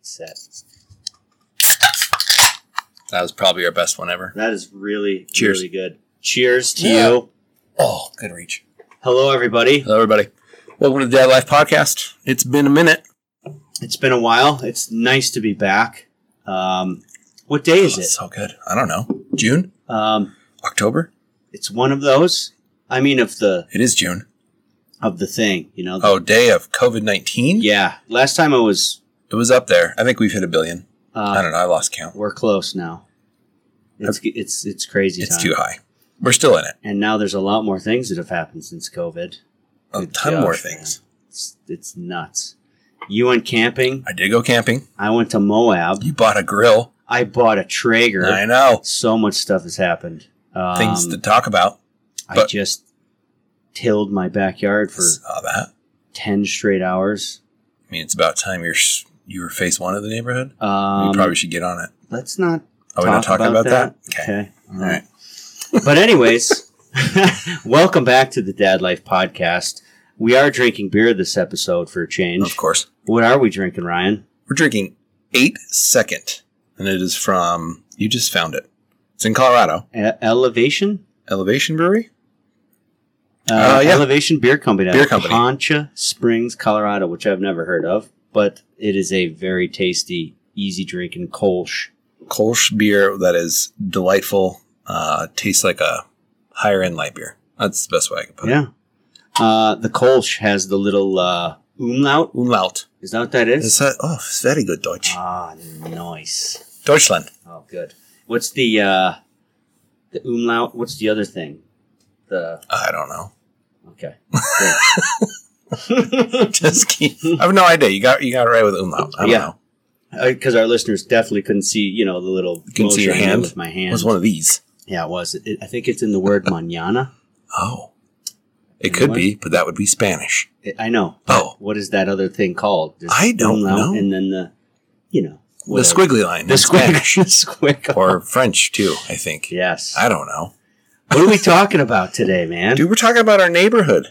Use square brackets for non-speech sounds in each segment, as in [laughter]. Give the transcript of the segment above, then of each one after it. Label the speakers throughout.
Speaker 1: set.
Speaker 2: That was probably our best one ever.
Speaker 1: That is really,
Speaker 2: Cheers.
Speaker 1: really good. Cheers to
Speaker 2: Yeah.
Speaker 1: you.
Speaker 2: Oh, good reach.
Speaker 1: Hello, everybody.
Speaker 2: Hello, everybody. Welcome to the Dad Life Podcast. It's been a minute.
Speaker 1: It's been a while. It's nice to be back. Um, what day is it?
Speaker 2: so good? I don't know. June?
Speaker 1: Um,
Speaker 2: October?
Speaker 1: it's one of those. I mean, of the
Speaker 2: It is June.
Speaker 1: of the thing, you know. the-
Speaker 2: Oh, day of COVID 19?
Speaker 1: yeah. Last time I was.
Speaker 2: It was up there. I think we've hit a billion. I
Speaker 1: Uh,
Speaker 2: don't know. I lost count.
Speaker 1: we're close now. It's it's it's crazy.
Speaker 2: It's
Speaker 1: time.
Speaker 2: too high. We're still in it.
Speaker 1: And now there's a lot more things that have happened since COVID.
Speaker 2: A
Speaker 1: Good
Speaker 2: ton
Speaker 1: gosh,
Speaker 2: more
Speaker 1: man.
Speaker 2: things.
Speaker 1: It's, it's nuts. You went camping.
Speaker 2: I did go camping.
Speaker 1: I went to Moab.
Speaker 2: You bought a grill.
Speaker 1: I bought a Traeger.
Speaker 2: I know.
Speaker 1: So much stuff has happened. Um,
Speaker 2: Things to talk about.
Speaker 1: I
Speaker 2: but-
Speaker 1: just tilled my backyard for
Speaker 2: Saw that.
Speaker 1: ten straight hours.
Speaker 2: I mean, it's about time you're s- you were face one of the neighborhood.
Speaker 1: Um,
Speaker 2: we probably should get on it.
Speaker 1: let's not.
Speaker 2: Are we not
Speaker 1: talk
Speaker 2: talking
Speaker 1: about
Speaker 2: about, that? Okay.
Speaker 1: Okay.
Speaker 2: All right.
Speaker 1: But
Speaker 2: [laughs]
Speaker 1: anyways, [laughs] welcome back to the Dad Life Podcast. We are drinking beer this episode for a
Speaker 2: Of
Speaker 1: change.
Speaker 2: course.
Speaker 1: What are we drinking, Ryan?
Speaker 2: We're drinking eight second, and it is from you just found it. It's in Colorado,
Speaker 1: E- Elevation?
Speaker 2: Elevation Brewery.
Speaker 1: Uh,
Speaker 2: Uh, yeah.
Speaker 1: Elevation Beer Company. out
Speaker 2: Beer
Speaker 1: of
Speaker 2: company.
Speaker 1: Concha Springs, Colorado, which I've never heard of, but it is a very tasty, easy drinking Kolsch.
Speaker 2: Kolsch beer that is delightful. Uh, tastes like a higher end light beer. That's the best way I can put it.
Speaker 1: Yeah. Uh, the Kolsch has the little uh, umlaut.
Speaker 2: Umlaut.
Speaker 1: Is that what that is?
Speaker 2: It's a, oh, it's very good Deutsch.
Speaker 1: ah, nice.
Speaker 2: Deutschland.
Speaker 1: Oh, good. What's the uh, the umlaut? What's the other thing? The
Speaker 2: I don't know. [laughs]
Speaker 1: okay. Great. [laughs]
Speaker 2: Just keep, I have no idea. You got you got it right with umlaut. I don't
Speaker 1: Yeah.
Speaker 2: know.
Speaker 1: because our listeners definitely couldn't see, you know, the little
Speaker 2: Couldn't see
Speaker 1: motion
Speaker 2: your
Speaker 1: I made
Speaker 2: hand?
Speaker 1: with my
Speaker 2: It
Speaker 1: hand.
Speaker 2: was one of these.
Speaker 1: yeah, it was. It, I think it's in the word
Speaker 2: [laughs]
Speaker 1: manana.
Speaker 2: Oh, it could be, but that would be Spanish.
Speaker 1: I- I know.
Speaker 2: Oh,
Speaker 1: What is that other thing called? There's
Speaker 2: I don't
Speaker 1: umlaut
Speaker 2: know.
Speaker 1: And then the, you know, whatever.
Speaker 2: the squiggly line.
Speaker 1: the
Speaker 2: in
Speaker 1: squig, [laughs]
Speaker 2: Spanish.
Speaker 1: the
Speaker 2: [laughs]
Speaker 1: squiggle.
Speaker 2: or French too. I think.
Speaker 1: Yes.
Speaker 2: I don't know.
Speaker 1: what are we talking about today, man?
Speaker 2: Dude, we're talking about our neighborhood.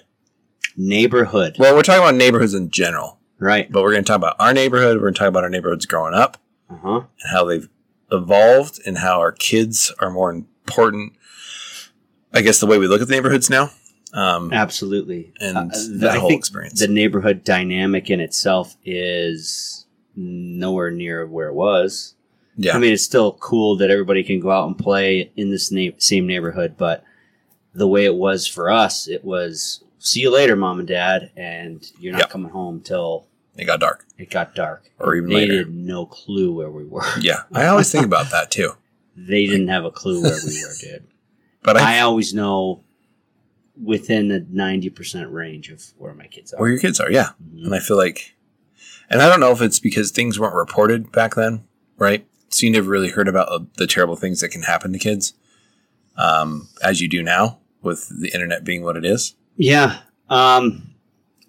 Speaker 1: Neighborhood,
Speaker 2: Well, we're talking about neighborhoods in general,
Speaker 1: right?
Speaker 2: but we're going to talk about our neighborhood. We're going to talk about our neighborhoods growing up
Speaker 1: Uh huh.
Speaker 2: and how they've evolved and how our kids are more important. I guess the way we look at the neighborhoods now um,
Speaker 1: Absolutely.
Speaker 2: and
Speaker 1: Uh, the-
Speaker 2: that
Speaker 1: I
Speaker 2: whole
Speaker 1: think
Speaker 2: experience.
Speaker 1: the neighborhood dynamic in itself is nowhere near where it was.
Speaker 2: yeah.
Speaker 1: I mean, it's still cool that everybody can go out and play in this na- same neighborhood, but the way it was for us, it was see you later, mom and dad, and you're not
Speaker 2: Yeah.
Speaker 1: coming home till
Speaker 2: it got dark.
Speaker 1: it got dark.
Speaker 2: Or even
Speaker 1: they
Speaker 2: later.
Speaker 1: had no clue where we were. [laughs]
Speaker 2: Yeah. I always think about that too.
Speaker 1: They didn't have a clue where we were, dude.
Speaker 2: But I,
Speaker 1: I always know within the ninety percent range of where my kids are.
Speaker 2: where your kids are. Yeah.
Speaker 1: Mhm.
Speaker 2: And I feel like, and I don't know if it's because things weren't reported back then, right? So you never really heard about uh, the terrible things that can happen to kids, um, as you do now with the internet being what it is.
Speaker 1: Yeah, um,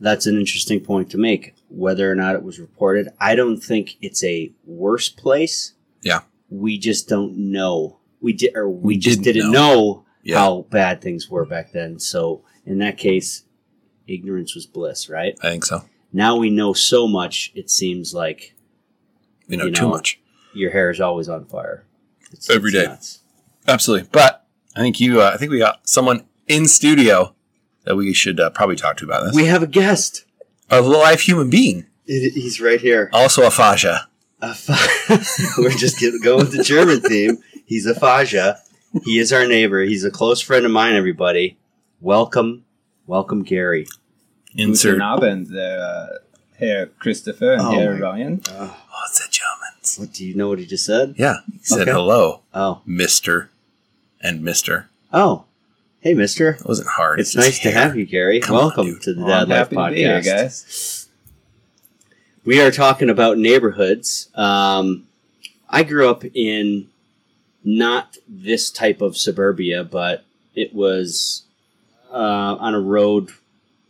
Speaker 1: that's an interesting point to make. Whether or not it was reported, I don't think it's a worse place.
Speaker 2: Yeah.
Speaker 1: we just don't know. We did, or we,
Speaker 2: We
Speaker 1: just
Speaker 2: didn't
Speaker 1: didn't know,
Speaker 2: Yeah,
Speaker 1: how bad things were back then. So in that case, ignorance was bliss, right?
Speaker 2: I think so.
Speaker 1: Now we know so much. It seems like
Speaker 2: You know,
Speaker 1: You
Speaker 2: too
Speaker 1: know.
Speaker 2: much.
Speaker 1: your hair is always on fire. It's,
Speaker 2: Every day.
Speaker 1: nuts.
Speaker 2: Absolutely. But I think you, uh, I think we got someone in studio that we should uh, probably talk to about this.
Speaker 1: We have a guest.
Speaker 2: a live human being,
Speaker 1: It, he's right here.
Speaker 2: also a fascia.
Speaker 1: a fa- [laughs] we're just gonna go with the German theme. He's a Faja. He is our neighbor. He's a close friend of mine. Everybody, welcome, welcome, Gary.
Speaker 2: Insert.
Speaker 3: Guten Abend, uh, Herr Christopher and
Speaker 1: Oh
Speaker 3: Herr
Speaker 1: my-
Speaker 3: Ryan.
Speaker 1: Oh,
Speaker 2: Oh, it's the Germans.
Speaker 1: what do you know? What he just said?
Speaker 2: Yeah. He said
Speaker 1: Okay.
Speaker 2: hello,
Speaker 1: Oh,
Speaker 2: Mister, and Mister.
Speaker 1: oh, hey, Mister.
Speaker 2: It wasn't hard.
Speaker 1: It's
Speaker 2: just
Speaker 1: nice to
Speaker 2: hair.
Speaker 1: have you, Gary.
Speaker 2: Come on,
Speaker 1: welcome
Speaker 2: dude.
Speaker 1: to the
Speaker 3: Oh,
Speaker 1: Dad
Speaker 3: I'm
Speaker 1: Life
Speaker 3: happy to be here,
Speaker 1: Podcast.
Speaker 3: guys.
Speaker 1: we are talking about neighborhoods. Um, I grew up in not this type of suburbia, but it was uh, on a road,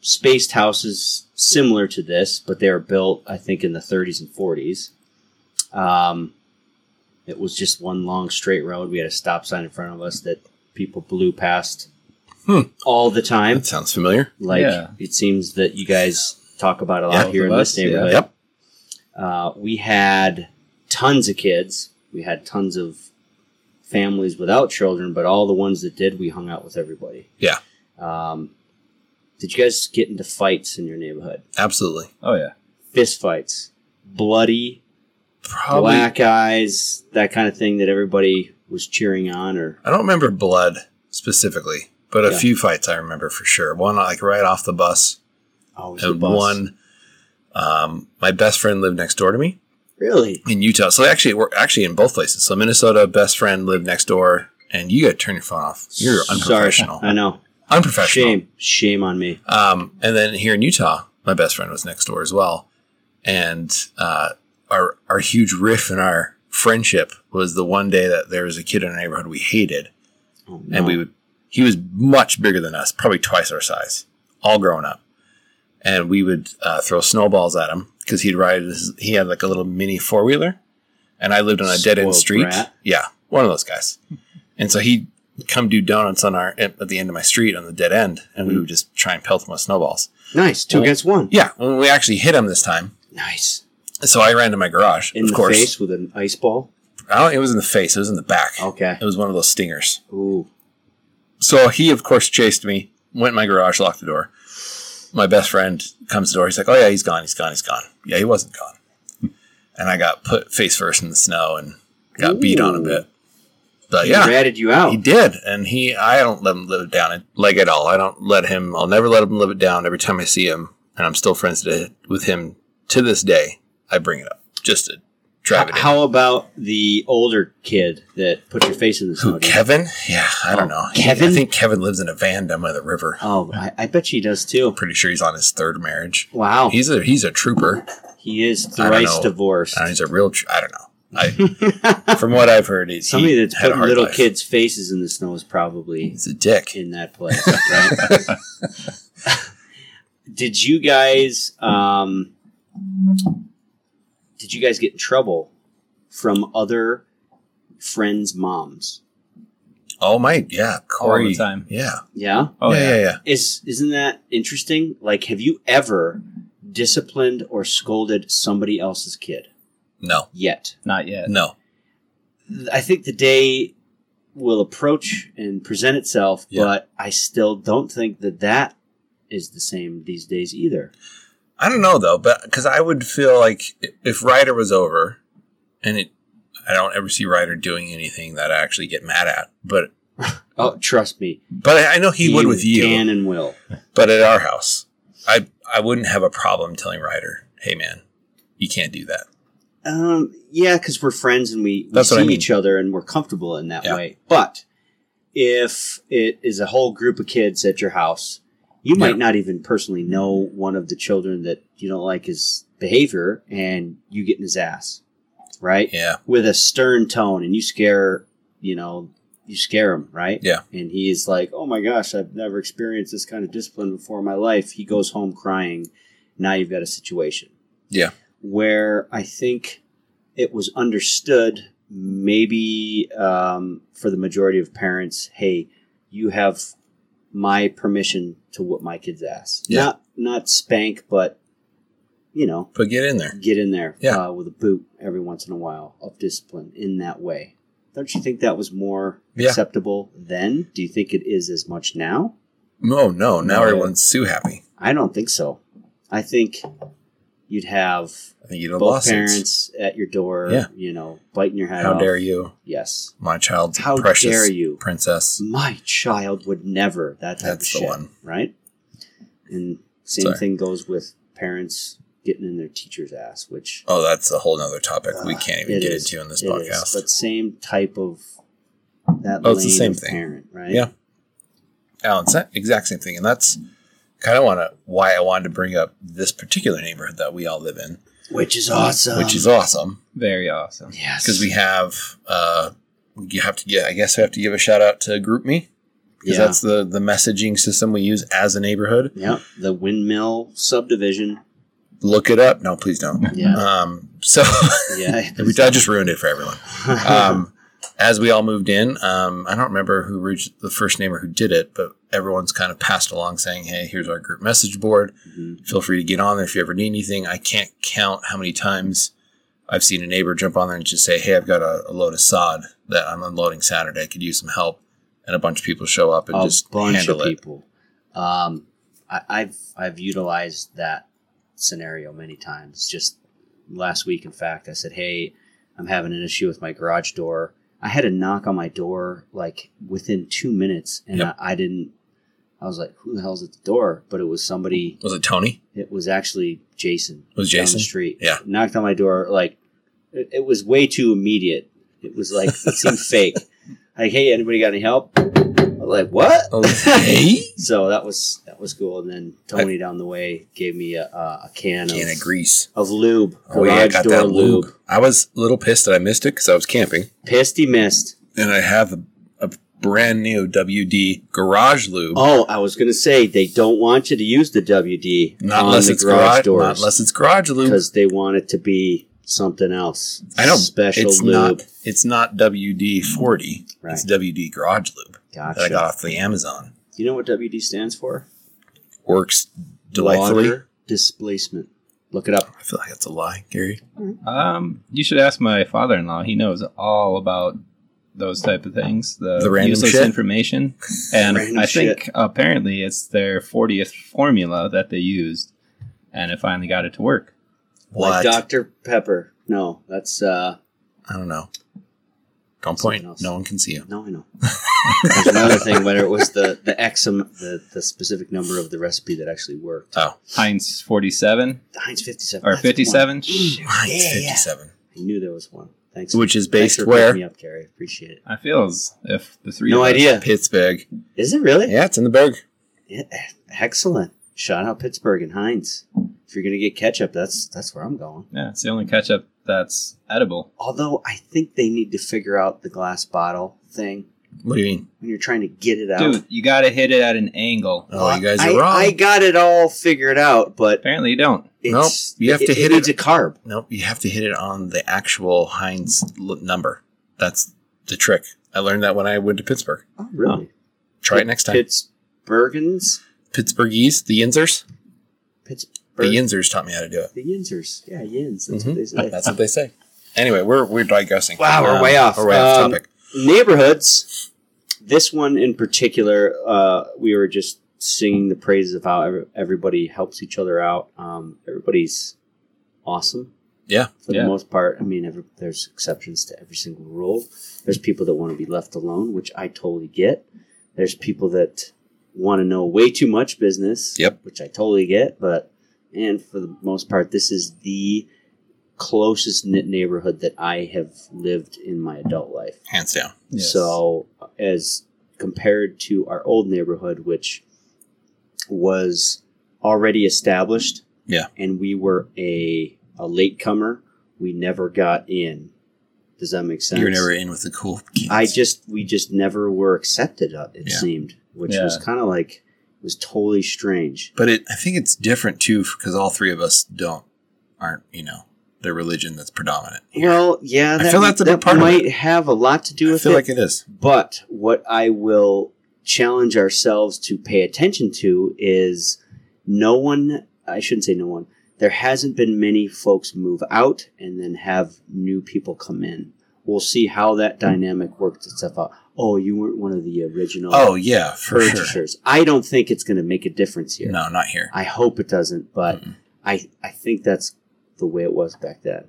Speaker 1: spaced houses similar to this, but they were built, I think, in the 30s and 40s. Um, it was just one long straight road. We had a stop sign in front of us that people blew past
Speaker 2: Hmm.
Speaker 1: all the time.
Speaker 2: That sounds familiar.
Speaker 1: Like
Speaker 3: Yeah.
Speaker 1: it seems that you guys talk about a lot
Speaker 3: Yeah.
Speaker 1: here in
Speaker 3: Both of
Speaker 1: this
Speaker 3: us, yeah.
Speaker 1: neighborhood.
Speaker 2: Yep.
Speaker 1: Uh, we had tons of kids. We had tons of families without children, but all the ones that did, we hung out with everybody.
Speaker 2: Yeah.
Speaker 1: Um, did you guys get into fights in your neighborhood?
Speaker 2: Absolutely.
Speaker 3: Oh yeah.
Speaker 1: Fist fights, bloody,
Speaker 2: Probably.
Speaker 1: black eyes, that kind of thing that everybody was cheering on, or
Speaker 2: I don't remember blood specifically, but a
Speaker 1: Yeah.
Speaker 2: few fights I remember for sure. One like right off the bus,
Speaker 1: oh, it was the
Speaker 2: and
Speaker 1: bus.
Speaker 2: one. Um, my best friend lived next door to me
Speaker 1: really
Speaker 2: in Utah. So actually, we're actually in both places. So Minnesota, best friend lived next door, and you got to turn your phone off. You're
Speaker 1: Sorry.
Speaker 2: unprofessional.
Speaker 1: [laughs] I know.
Speaker 2: unprofessional.
Speaker 1: Shame, shame on me.
Speaker 2: Um, and then here in Utah, my best friend was next door as well, and uh, our our huge riff in our friendship was the one day that there was a kid in our neighborhood we hated,
Speaker 1: Oh, no.
Speaker 2: and we would he was much bigger than us, probably twice our size, all grown up, and we would uh, throw snowballs at him because he'd ride his, he had like a little mini four wheeler, and I lived on a dead end
Speaker 1: Spoiled
Speaker 2: street.
Speaker 1: brat.
Speaker 2: Yeah, one of those guys, [laughs] and so he'd come do donuts on our at the end of my street on the dead end, and
Speaker 1: Hmm.
Speaker 2: we would just try and pelt him with snowballs.
Speaker 1: nice two
Speaker 2: Well-
Speaker 1: against one.
Speaker 2: Yeah, when we actually hit him this time.
Speaker 1: Nice
Speaker 2: So I ran to my garage.
Speaker 1: in
Speaker 2: of
Speaker 1: the
Speaker 2: course,
Speaker 1: face with an ice ball.
Speaker 2: I don't, it was in the face. It was in the back.
Speaker 1: Okay.
Speaker 2: It was one of those stingers.
Speaker 1: Ooh.
Speaker 2: So he, of course, chased me. Went in my garage, locked the door. My best friend comes to the door. He's like, "Oh yeah, he's gone. He's gone. He's gone." Yeah, he wasn't gone. and I got put face first in the snow and got beat on a
Speaker 1: Ooh.
Speaker 2: bit. But
Speaker 1: He
Speaker 2: Uh, yeah,
Speaker 1: ratted you out.
Speaker 2: He did, and he. I don't let him live it down like at all. I don't let him. I'll never let him live it down. Every time I see him, and I'm still friends to, with him to this day. I bring it up just to
Speaker 1: H-
Speaker 2: drive it. in.
Speaker 1: How about the older kid that put your face in the snow?
Speaker 2: Who
Speaker 1: dude?
Speaker 2: Kevin? Yeah, I don't know. He-
Speaker 1: Oh, Kevin?
Speaker 2: I think Kevin lives in a van down by the river.
Speaker 1: Oh, I, I bet she does too.
Speaker 2: I'm pretty sure he's on his third marriage.
Speaker 1: Wow,
Speaker 2: He's a he's a trooper.
Speaker 1: he is
Speaker 2: I don't
Speaker 1: thrice
Speaker 2: know.
Speaker 1: divorced.
Speaker 2: Uh, he's a real. Tr- I don't know. I, from what I've heard,
Speaker 1: [laughs]
Speaker 2: he's
Speaker 1: Somebody
Speaker 2: he
Speaker 1: that's
Speaker 2: had a
Speaker 1: putting
Speaker 2: hard
Speaker 1: little
Speaker 2: life.
Speaker 1: kids' faces in the snow is probably
Speaker 2: He's a dick.
Speaker 1: in that place, right? [laughs] did you guys? Um, did you guys get in trouble from other friends' moms?
Speaker 2: Oh my, yeah, Corey.
Speaker 3: All the time.
Speaker 2: Yeah.
Speaker 1: Yeah.
Speaker 3: Oh
Speaker 2: yeah,
Speaker 3: yeah.
Speaker 2: yeah, yeah.
Speaker 1: Is isn't that interesting? Like, have you ever disciplined or scolded somebody else's kid
Speaker 2: No,
Speaker 1: yet?
Speaker 3: Not yet.
Speaker 2: no.
Speaker 1: I think the day will approach and present itself,
Speaker 2: Yeah.
Speaker 1: but I still don't think that that is the same these days either.
Speaker 2: I don't know though, but because I would feel like i- if Ryder was over, and it, I don't ever see Ryder doing anything that I actually get mad at. But
Speaker 1: Oh, trust me,
Speaker 2: but I I know he would with you.
Speaker 1: can and will.
Speaker 2: But at our house, I I wouldn't have a problem telling Ryder, "Hey man, you can't do that."
Speaker 1: Um, yeah, because we're friends and we, we
Speaker 2: That's
Speaker 1: see
Speaker 2: what I mean.
Speaker 1: each other and we're comfortable in that
Speaker 2: Yeah.
Speaker 1: way. But if it is a whole group of kids at your house, you might
Speaker 2: Yeah.
Speaker 1: not even personally know one of the children that you don't like his behavior, and you get in his ass, right?
Speaker 2: Yeah,
Speaker 1: with a stern tone and you scare you know you scare him right
Speaker 2: Yeah.
Speaker 1: and he is like oh my gosh i've never experienced this kind of discipline before in my life he goes home crying now you've got a situation
Speaker 2: Yeah.
Speaker 1: where i think it was understood maybe um, for the majority of parents hey you have my permission to whoop my kid's ass
Speaker 2: Yeah.
Speaker 1: not not spank but you know
Speaker 2: but get in there.
Speaker 1: get in there
Speaker 2: Yeah.
Speaker 1: uh, with a boot every once in a while of discipline in that way. Don't you think that was more
Speaker 2: Yeah.
Speaker 1: acceptable then? Do you think it is as much now?
Speaker 2: No, no. Now
Speaker 3: No.
Speaker 2: everyone's Sue happy.
Speaker 1: I don't think so. I think you'd have
Speaker 2: I think you'd have
Speaker 1: both
Speaker 2: lost it.
Speaker 1: parents at your door,
Speaker 2: Yeah.
Speaker 1: you know, biting your head
Speaker 2: How
Speaker 1: off.
Speaker 2: dare you,
Speaker 1: Yes.
Speaker 2: my child's
Speaker 1: How
Speaker 2: precious
Speaker 1: dare you?
Speaker 2: princess?
Speaker 1: My child would never. That type
Speaker 2: That's
Speaker 1: of
Speaker 2: the
Speaker 1: shit,
Speaker 2: one.
Speaker 1: right? And same
Speaker 2: Sorry.
Speaker 1: thing goes with parents getting in their teacher's ass, which
Speaker 2: Oh, that's a whole nother topic we
Speaker 1: Uh,
Speaker 2: can't even
Speaker 1: it
Speaker 2: get
Speaker 1: is.
Speaker 2: into in this
Speaker 1: It
Speaker 2: podcast.
Speaker 1: is, but same type of that.
Speaker 2: Oh, it's the
Speaker 1: lane
Speaker 2: same
Speaker 1: of
Speaker 2: thing.
Speaker 1: Parent, right?
Speaker 2: Yeah. Alan, it's that exact same thing, and that's kind of want to why I wanted to bring up this particular neighborhood that we all live in,
Speaker 1: Which is awesome.
Speaker 2: which is awesome
Speaker 3: Very awesome.
Speaker 1: yes,
Speaker 2: because we have uh, you have to get. I guess we have to give a shout out to GroupMe because
Speaker 1: yeah.
Speaker 2: that's the the messaging system we use as a neighborhood.
Speaker 1: yeah the windmill subdivision.
Speaker 2: Look it up. No,
Speaker 1: [laughs]
Speaker 2: please don't. [laughs]
Speaker 1: Yeah,
Speaker 2: Um, so
Speaker 1: yeah.
Speaker 2: I
Speaker 1: [laughs]
Speaker 2: just ruined it for everyone. Um, as we all moved in, um, I don't remember who reached the first neighbor who did it, but everyone's kind of passed along saying, "Hey, here's our group message board."
Speaker 1: Mhm.
Speaker 2: feel free to get on there if you ever need anything. I can't count how many times I've seen a neighbor jump on there and just say, "Hey, I've got a, a load of sod that I'm unloading Saturday. I could use some help." And a bunch of people show up and
Speaker 1: a
Speaker 2: just
Speaker 1: bunch
Speaker 2: handle
Speaker 1: of
Speaker 2: it.
Speaker 1: people. Um, I, I've I've utilized that scenario many times. Just last week, in fact, I said, "Hey, I'm having an issue with my garage door." I had a knock on my door like within two minutes, and
Speaker 2: Yep.
Speaker 1: I, I didn't. I was like, "Who the hell's at the door?" But it was somebody.
Speaker 2: Was it Tony?
Speaker 1: It was actually Jason.
Speaker 2: Was
Speaker 1: down
Speaker 2: Jason?
Speaker 1: the street?
Speaker 2: Yeah.
Speaker 1: knocked on my door. Like it, it was way too immediate. It was like it
Speaker 2: [laughs]
Speaker 1: seemed fake. Like, hey, anybody got any help? I was like, what?
Speaker 2: Oh, Okay.
Speaker 1: [laughs] So that was that was cool. And then Tony down the way gave me a, a, a can,
Speaker 2: Can of
Speaker 1: of,
Speaker 2: grease.
Speaker 1: of lube.
Speaker 2: Oh yeah, I
Speaker 1: garage
Speaker 2: got
Speaker 1: door
Speaker 2: that lube. I was a little pissed that I missed it because I was camping,
Speaker 1: Pissed he missed.
Speaker 2: and I have a, a brand new WD garage lube.
Speaker 1: Oh, I was gonna say they don't want you to use the WD
Speaker 2: not
Speaker 1: on
Speaker 2: unless
Speaker 1: the
Speaker 2: it's garage.
Speaker 1: garage
Speaker 2: Not
Speaker 1: doors
Speaker 2: unless it's garage lube.
Speaker 1: because they want it to be something else.
Speaker 2: I know.
Speaker 1: special
Speaker 2: it's
Speaker 1: lube.
Speaker 2: not. It's not WD forty.
Speaker 1: right.
Speaker 2: It's WD garage lube that I
Speaker 1: Gotcha.
Speaker 2: got off the Amazon.
Speaker 1: you know what WD stands for?
Speaker 2: Works delightfully.
Speaker 1: Water displacement. Look it up.
Speaker 2: I feel like that's a lie, Gary.
Speaker 3: Um, you should ask my father-in-law. He knows all about those type of things, the,
Speaker 2: The random
Speaker 3: useless
Speaker 2: shit?
Speaker 3: information.
Speaker 1: [laughs]
Speaker 3: And
Speaker 1: Random
Speaker 3: I think
Speaker 1: shit.
Speaker 3: apparently it's their 40th formula that they used, and it finally got it to work.
Speaker 1: Like
Speaker 2: What?
Speaker 1: Dr. Pepper. No, that's uh
Speaker 2: I don't know. Don't
Speaker 1: Something
Speaker 2: point.
Speaker 1: else.
Speaker 2: No one can see you.
Speaker 1: No, I know. There's another thing whether it was the the X am- the, the specific number of the recipe that actually worked.
Speaker 2: Oh, [laughs]
Speaker 3: Heinz 47
Speaker 1: The Heinz fifty seven
Speaker 3: or 57.
Speaker 2: mine's
Speaker 1: yeah, yeah.
Speaker 2: fifty-seven,
Speaker 1: Mm. I knew there was one. Thanks.
Speaker 2: which is
Speaker 1: thanks for
Speaker 2: based
Speaker 1: picking Me
Speaker 2: where
Speaker 1: up, Gary. Appreciate it.
Speaker 3: I feel as if the three.
Speaker 1: No
Speaker 3: of us-
Speaker 1: idea.
Speaker 2: Pittsburgh.
Speaker 1: Is it really?
Speaker 2: Yeah, it's in the Berg.
Speaker 1: Yeah. Excellent. Shout out Pittsburgh and Heinz. If you're gonna get ketchup, that's that's where I'm going.
Speaker 3: Yeah, it's the only ketchup that's edible.
Speaker 1: Although I think they need to figure out the glass bottle thing
Speaker 2: What do you mean?
Speaker 1: when you're trying to get it out.
Speaker 3: Dude, you gotta hit it at an angle.
Speaker 2: Oh, you guys are
Speaker 1: I,
Speaker 2: wrong.
Speaker 1: I got it all figured out, but
Speaker 3: Apparently, you don't.
Speaker 1: it's,
Speaker 2: Nope, you have
Speaker 1: it,
Speaker 2: to hit
Speaker 1: it needs
Speaker 2: it-
Speaker 1: a carb.
Speaker 2: Nope, you have to hit it on the actual Heinz l- number. That's the trick. I learned that when I went to Pittsburgh.
Speaker 1: Oh, really?
Speaker 2: Try it next time.
Speaker 1: Pittsburghans.
Speaker 2: Pittsburghese, the Yinzers.
Speaker 1: Pittsburgh.
Speaker 2: The Yinzers taught me how to do it.
Speaker 1: The Yinzers. Yeah, Yins. That's
Speaker 2: Mhm.
Speaker 1: what they
Speaker 2: That's
Speaker 1: say.
Speaker 2: what they say. Anyway, we're we're digressing.
Speaker 1: Wow, we're way off.
Speaker 2: We're way off
Speaker 1: Um,
Speaker 2: topic.
Speaker 1: Neighborhoods. This one in particular, uh, we were just singing the praises of how ev- everybody helps each other out. Um, everybody's awesome.
Speaker 2: Yeah.
Speaker 1: For
Speaker 3: Yeah.
Speaker 1: the most part. I mean, every, there's exceptions to every single rule. There's people that want to be left alone, which I totally get. There's people that want to know way too much business,
Speaker 2: Yep.
Speaker 1: which I totally get. But and for the most part, this is the closest knit neighborhood that I have lived in my adult life.
Speaker 2: Hands down.
Speaker 3: Yes.
Speaker 1: So as compared to our old neighborhood, which was already established,
Speaker 2: Yeah.
Speaker 1: and we were a a latecomer, we never got in. Does that make sense?
Speaker 2: You're never in with the cool kids.
Speaker 1: I just we just never were accepted. uh, It
Speaker 2: Yeah.
Speaker 1: seemed, which
Speaker 3: Yeah.
Speaker 1: was kind of like was totally strange.
Speaker 2: but it, I think it's different too because all three of us don't aren't you know the religion that's predominant.
Speaker 1: Well, yeah,
Speaker 2: I
Speaker 1: that,
Speaker 2: feel that's a big
Speaker 1: that
Speaker 2: part of
Speaker 1: might have a lot to do
Speaker 2: I
Speaker 1: with
Speaker 2: feel
Speaker 1: it.
Speaker 2: like it is.
Speaker 1: But what I will challenge ourselves to pay attention to is no one, I shouldn't say no one, there hasn't been many folks move out and then have new people come in. We'll see how that dynamic works itself out. Oh, you weren't one of the original
Speaker 2: Oh yeah, for sure.
Speaker 1: purchasers. I don't think it's going to make a difference here.
Speaker 2: No, not here.
Speaker 1: I hope it doesn't, but
Speaker 2: Mm-mm.
Speaker 1: I, I think that's the way it was back then.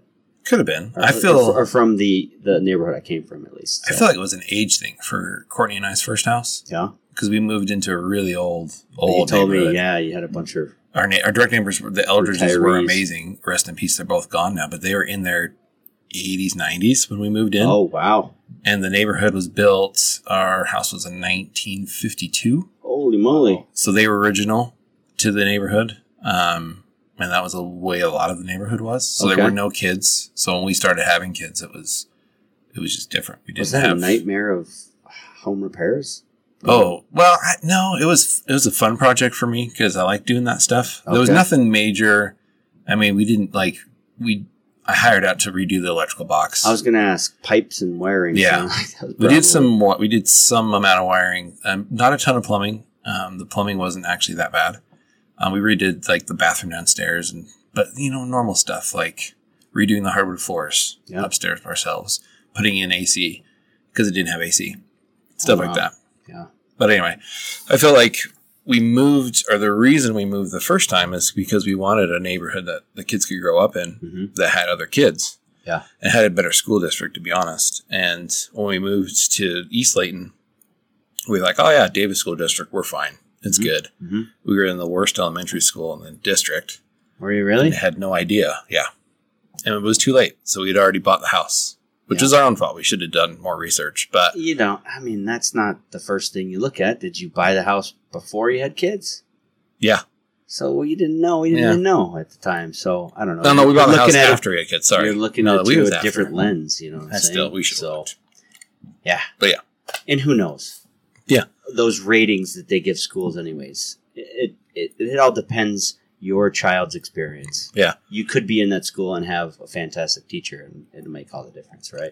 Speaker 2: Could have been.
Speaker 1: Or-
Speaker 2: I feel.
Speaker 1: or, or from the, the neighborhood I came from, at least.
Speaker 2: I
Speaker 1: So,
Speaker 2: feel like it was an age thing for Courtney and I's first house
Speaker 1: yeah.
Speaker 2: because we moved into a really old,
Speaker 1: You
Speaker 2: old
Speaker 1: told me,
Speaker 2: neighborhood.
Speaker 1: yeah, you had a bunch of
Speaker 2: Our, na- our direct neighbors, were- the Eldridges, were
Speaker 1: Retirees.
Speaker 2: amazing. Rest in peace. They're both gone now, but they were in their 80s, 90s when we moved in.
Speaker 1: Oh wow!
Speaker 2: And the neighborhood was built. Our house was in 1952.
Speaker 1: Holy moly!
Speaker 2: So they were original to the neighborhood. Um, and that was the way a lot of the neighborhood was. So
Speaker 1: Okay.
Speaker 2: there were no kids. So when we started having kids, it was it was just different. We didn't
Speaker 1: Was that
Speaker 2: have
Speaker 1: a nightmare of home repairs?
Speaker 2: Oh well, I, no, it was it was a fun project for me because I like doing that stuff. There was
Speaker 1: Okay.
Speaker 2: nothing major. I mean, we didn't like we. I hired out to redo the electrical box.
Speaker 1: I was going to ask pipes and wiring. sound
Speaker 2: Yeah.
Speaker 1: like [laughs] that was
Speaker 2: we
Speaker 1: probably-
Speaker 2: did some. wa- We did some amount of wiring. Um, not a ton of plumbing. Um, the plumbing wasn't actually that bad. Um, we redid like the bathroom downstairs and but you know normal stuff like redoing the hardwood floors
Speaker 1: Yeah.
Speaker 2: upstairs ourselves, putting in AC because it didn't have AC, stuff
Speaker 1: Oh,
Speaker 2: like
Speaker 1: wow.
Speaker 2: that.
Speaker 1: Yeah.
Speaker 2: But anyway, I feel like we moved, or the reason we moved the first time is because we wanted a neighborhood that the kids could grow up in
Speaker 1: hmm
Speaker 2: that had other kids.
Speaker 1: Yeah.
Speaker 2: And had a better school district, to be honest. And when we moved to East Layton, we were like, oh, yeah, Davis School District, we're fine. It's
Speaker 1: Mhm.
Speaker 2: good.
Speaker 1: Mhm.
Speaker 2: We were in the worst elementary school in the district
Speaker 1: Were you really?
Speaker 2: and had no idea. Yeah. And it was too late. So we'd already bought the house, which
Speaker 1: Yeah.
Speaker 2: is our own fault. We should have done more research. But
Speaker 1: You don't. I mean, that's not the first thing you look at. Did you buy the house before you had kids?
Speaker 2: yeah.
Speaker 1: So well, you didn't know. You
Speaker 2: Yeah.
Speaker 1: didn't know at the time. So I don't know.
Speaker 2: No, no, we
Speaker 1: You're
Speaker 2: bought the house
Speaker 1: at
Speaker 2: after we had kids.
Speaker 1: It,
Speaker 2: Sorry.
Speaker 1: you're looking
Speaker 2: No,
Speaker 1: at
Speaker 2: we
Speaker 1: it
Speaker 2: was
Speaker 1: through a
Speaker 2: after.
Speaker 1: different lens. You know what I'm
Speaker 2: I
Speaker 1: saying?
Speaker 2: still, we should
Speaker 1: So
Speaker 2: have
Speaker 1: yeah,
Speaker 2: But yeah.
Speaker 1: and who knows?
Speaker 2: Yeah.
Speaker 1: those ratings that they give schools, anyways. It it, it, it all depends your child's experience.
Speaker 2: Yeah.
Speaker 1: you could be in that school and have a fantastic teacher, and it'll make all the difference, right?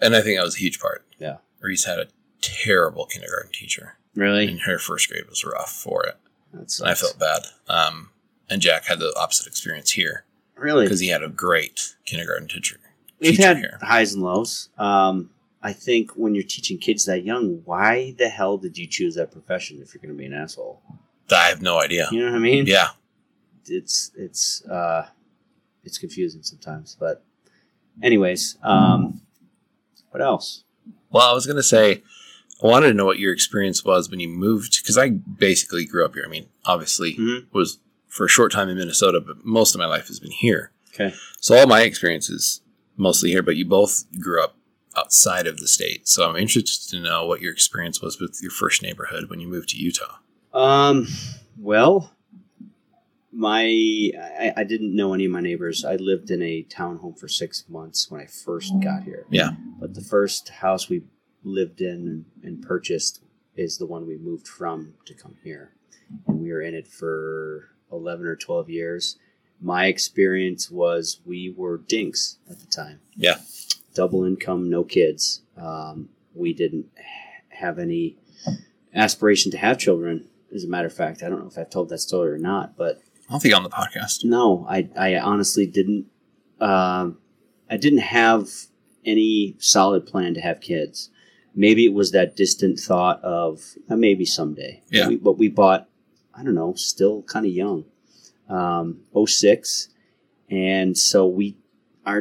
Speaker 2: And I think that was a huge part.
Speaker 1: Yeah.
Speaker 2: Reese had a terrible kindergarten teacher,
Speaker 1: Really,
Speaker 2: and her first grade was rough for it.
Speaker 1: that's
Speaker 2: And Mm-hmm. I felt bad. Um, and Jack had the opposite experience here
Speaker 1: really
Speaker 2: because he had a great kindergarten teacher.
Speaker 1: We've
Speaker 2: teacher
Speaker 1: had
Speaker 2: here.
Speaker 1: highs and lows. Um, I think when you're teaching kids that young, why the hell did you choose that profession if you're going to be an asshole?
Speaker 2: I have no idea.
Speaker 1: You know what I mean?
Speaker 2: Yeah.
Speaker 1: It's it's uh, it's confusing sometimes, but anyways, um, what else?
Speaker 2: Well, I was going to say, I wanted to know what your experience was when you moved because I basically grew up here. I mean, obviously,
Speaker 1: Mhm.
Speaker 2: was for a short time in Minnesota, but most of my life has been here.
Speaker 1: Okay.
Speaker 2: So all my experiences mostly here, but you both grew up outside of the state. So I'm interested to know what your experience was with your first neighborhood when you moved to Utah.
Speaker 1: Um, well, my I, I didn't know any of my neighbors. I lived in a townhome for six months when I first got here.
Speaker 2: Yeah.
Speaker 1: But the first house we lived in and purchased is the one we moved from to come here. And we were in it for 11 or 12 years. My experience was we were dinks at the time.
Speaker 2: Yeah.
Speaker 1: Double income, no kids. Um, we didn't h- have any aspiration to have children. As a matter of fact, I don't know if I've told that story or not, but
Speaker 2: I don't think on the podcast.
Speaker 1: no, I, I honestly didn't. Um, I didn't have any solid plan to have kids. Maybe it was that distant thought of uh, maybe someday.
Speaker 2: Yeah.
Speaker 1: We, but we bought, I don't know, still kind of young, um, 06. And so we, our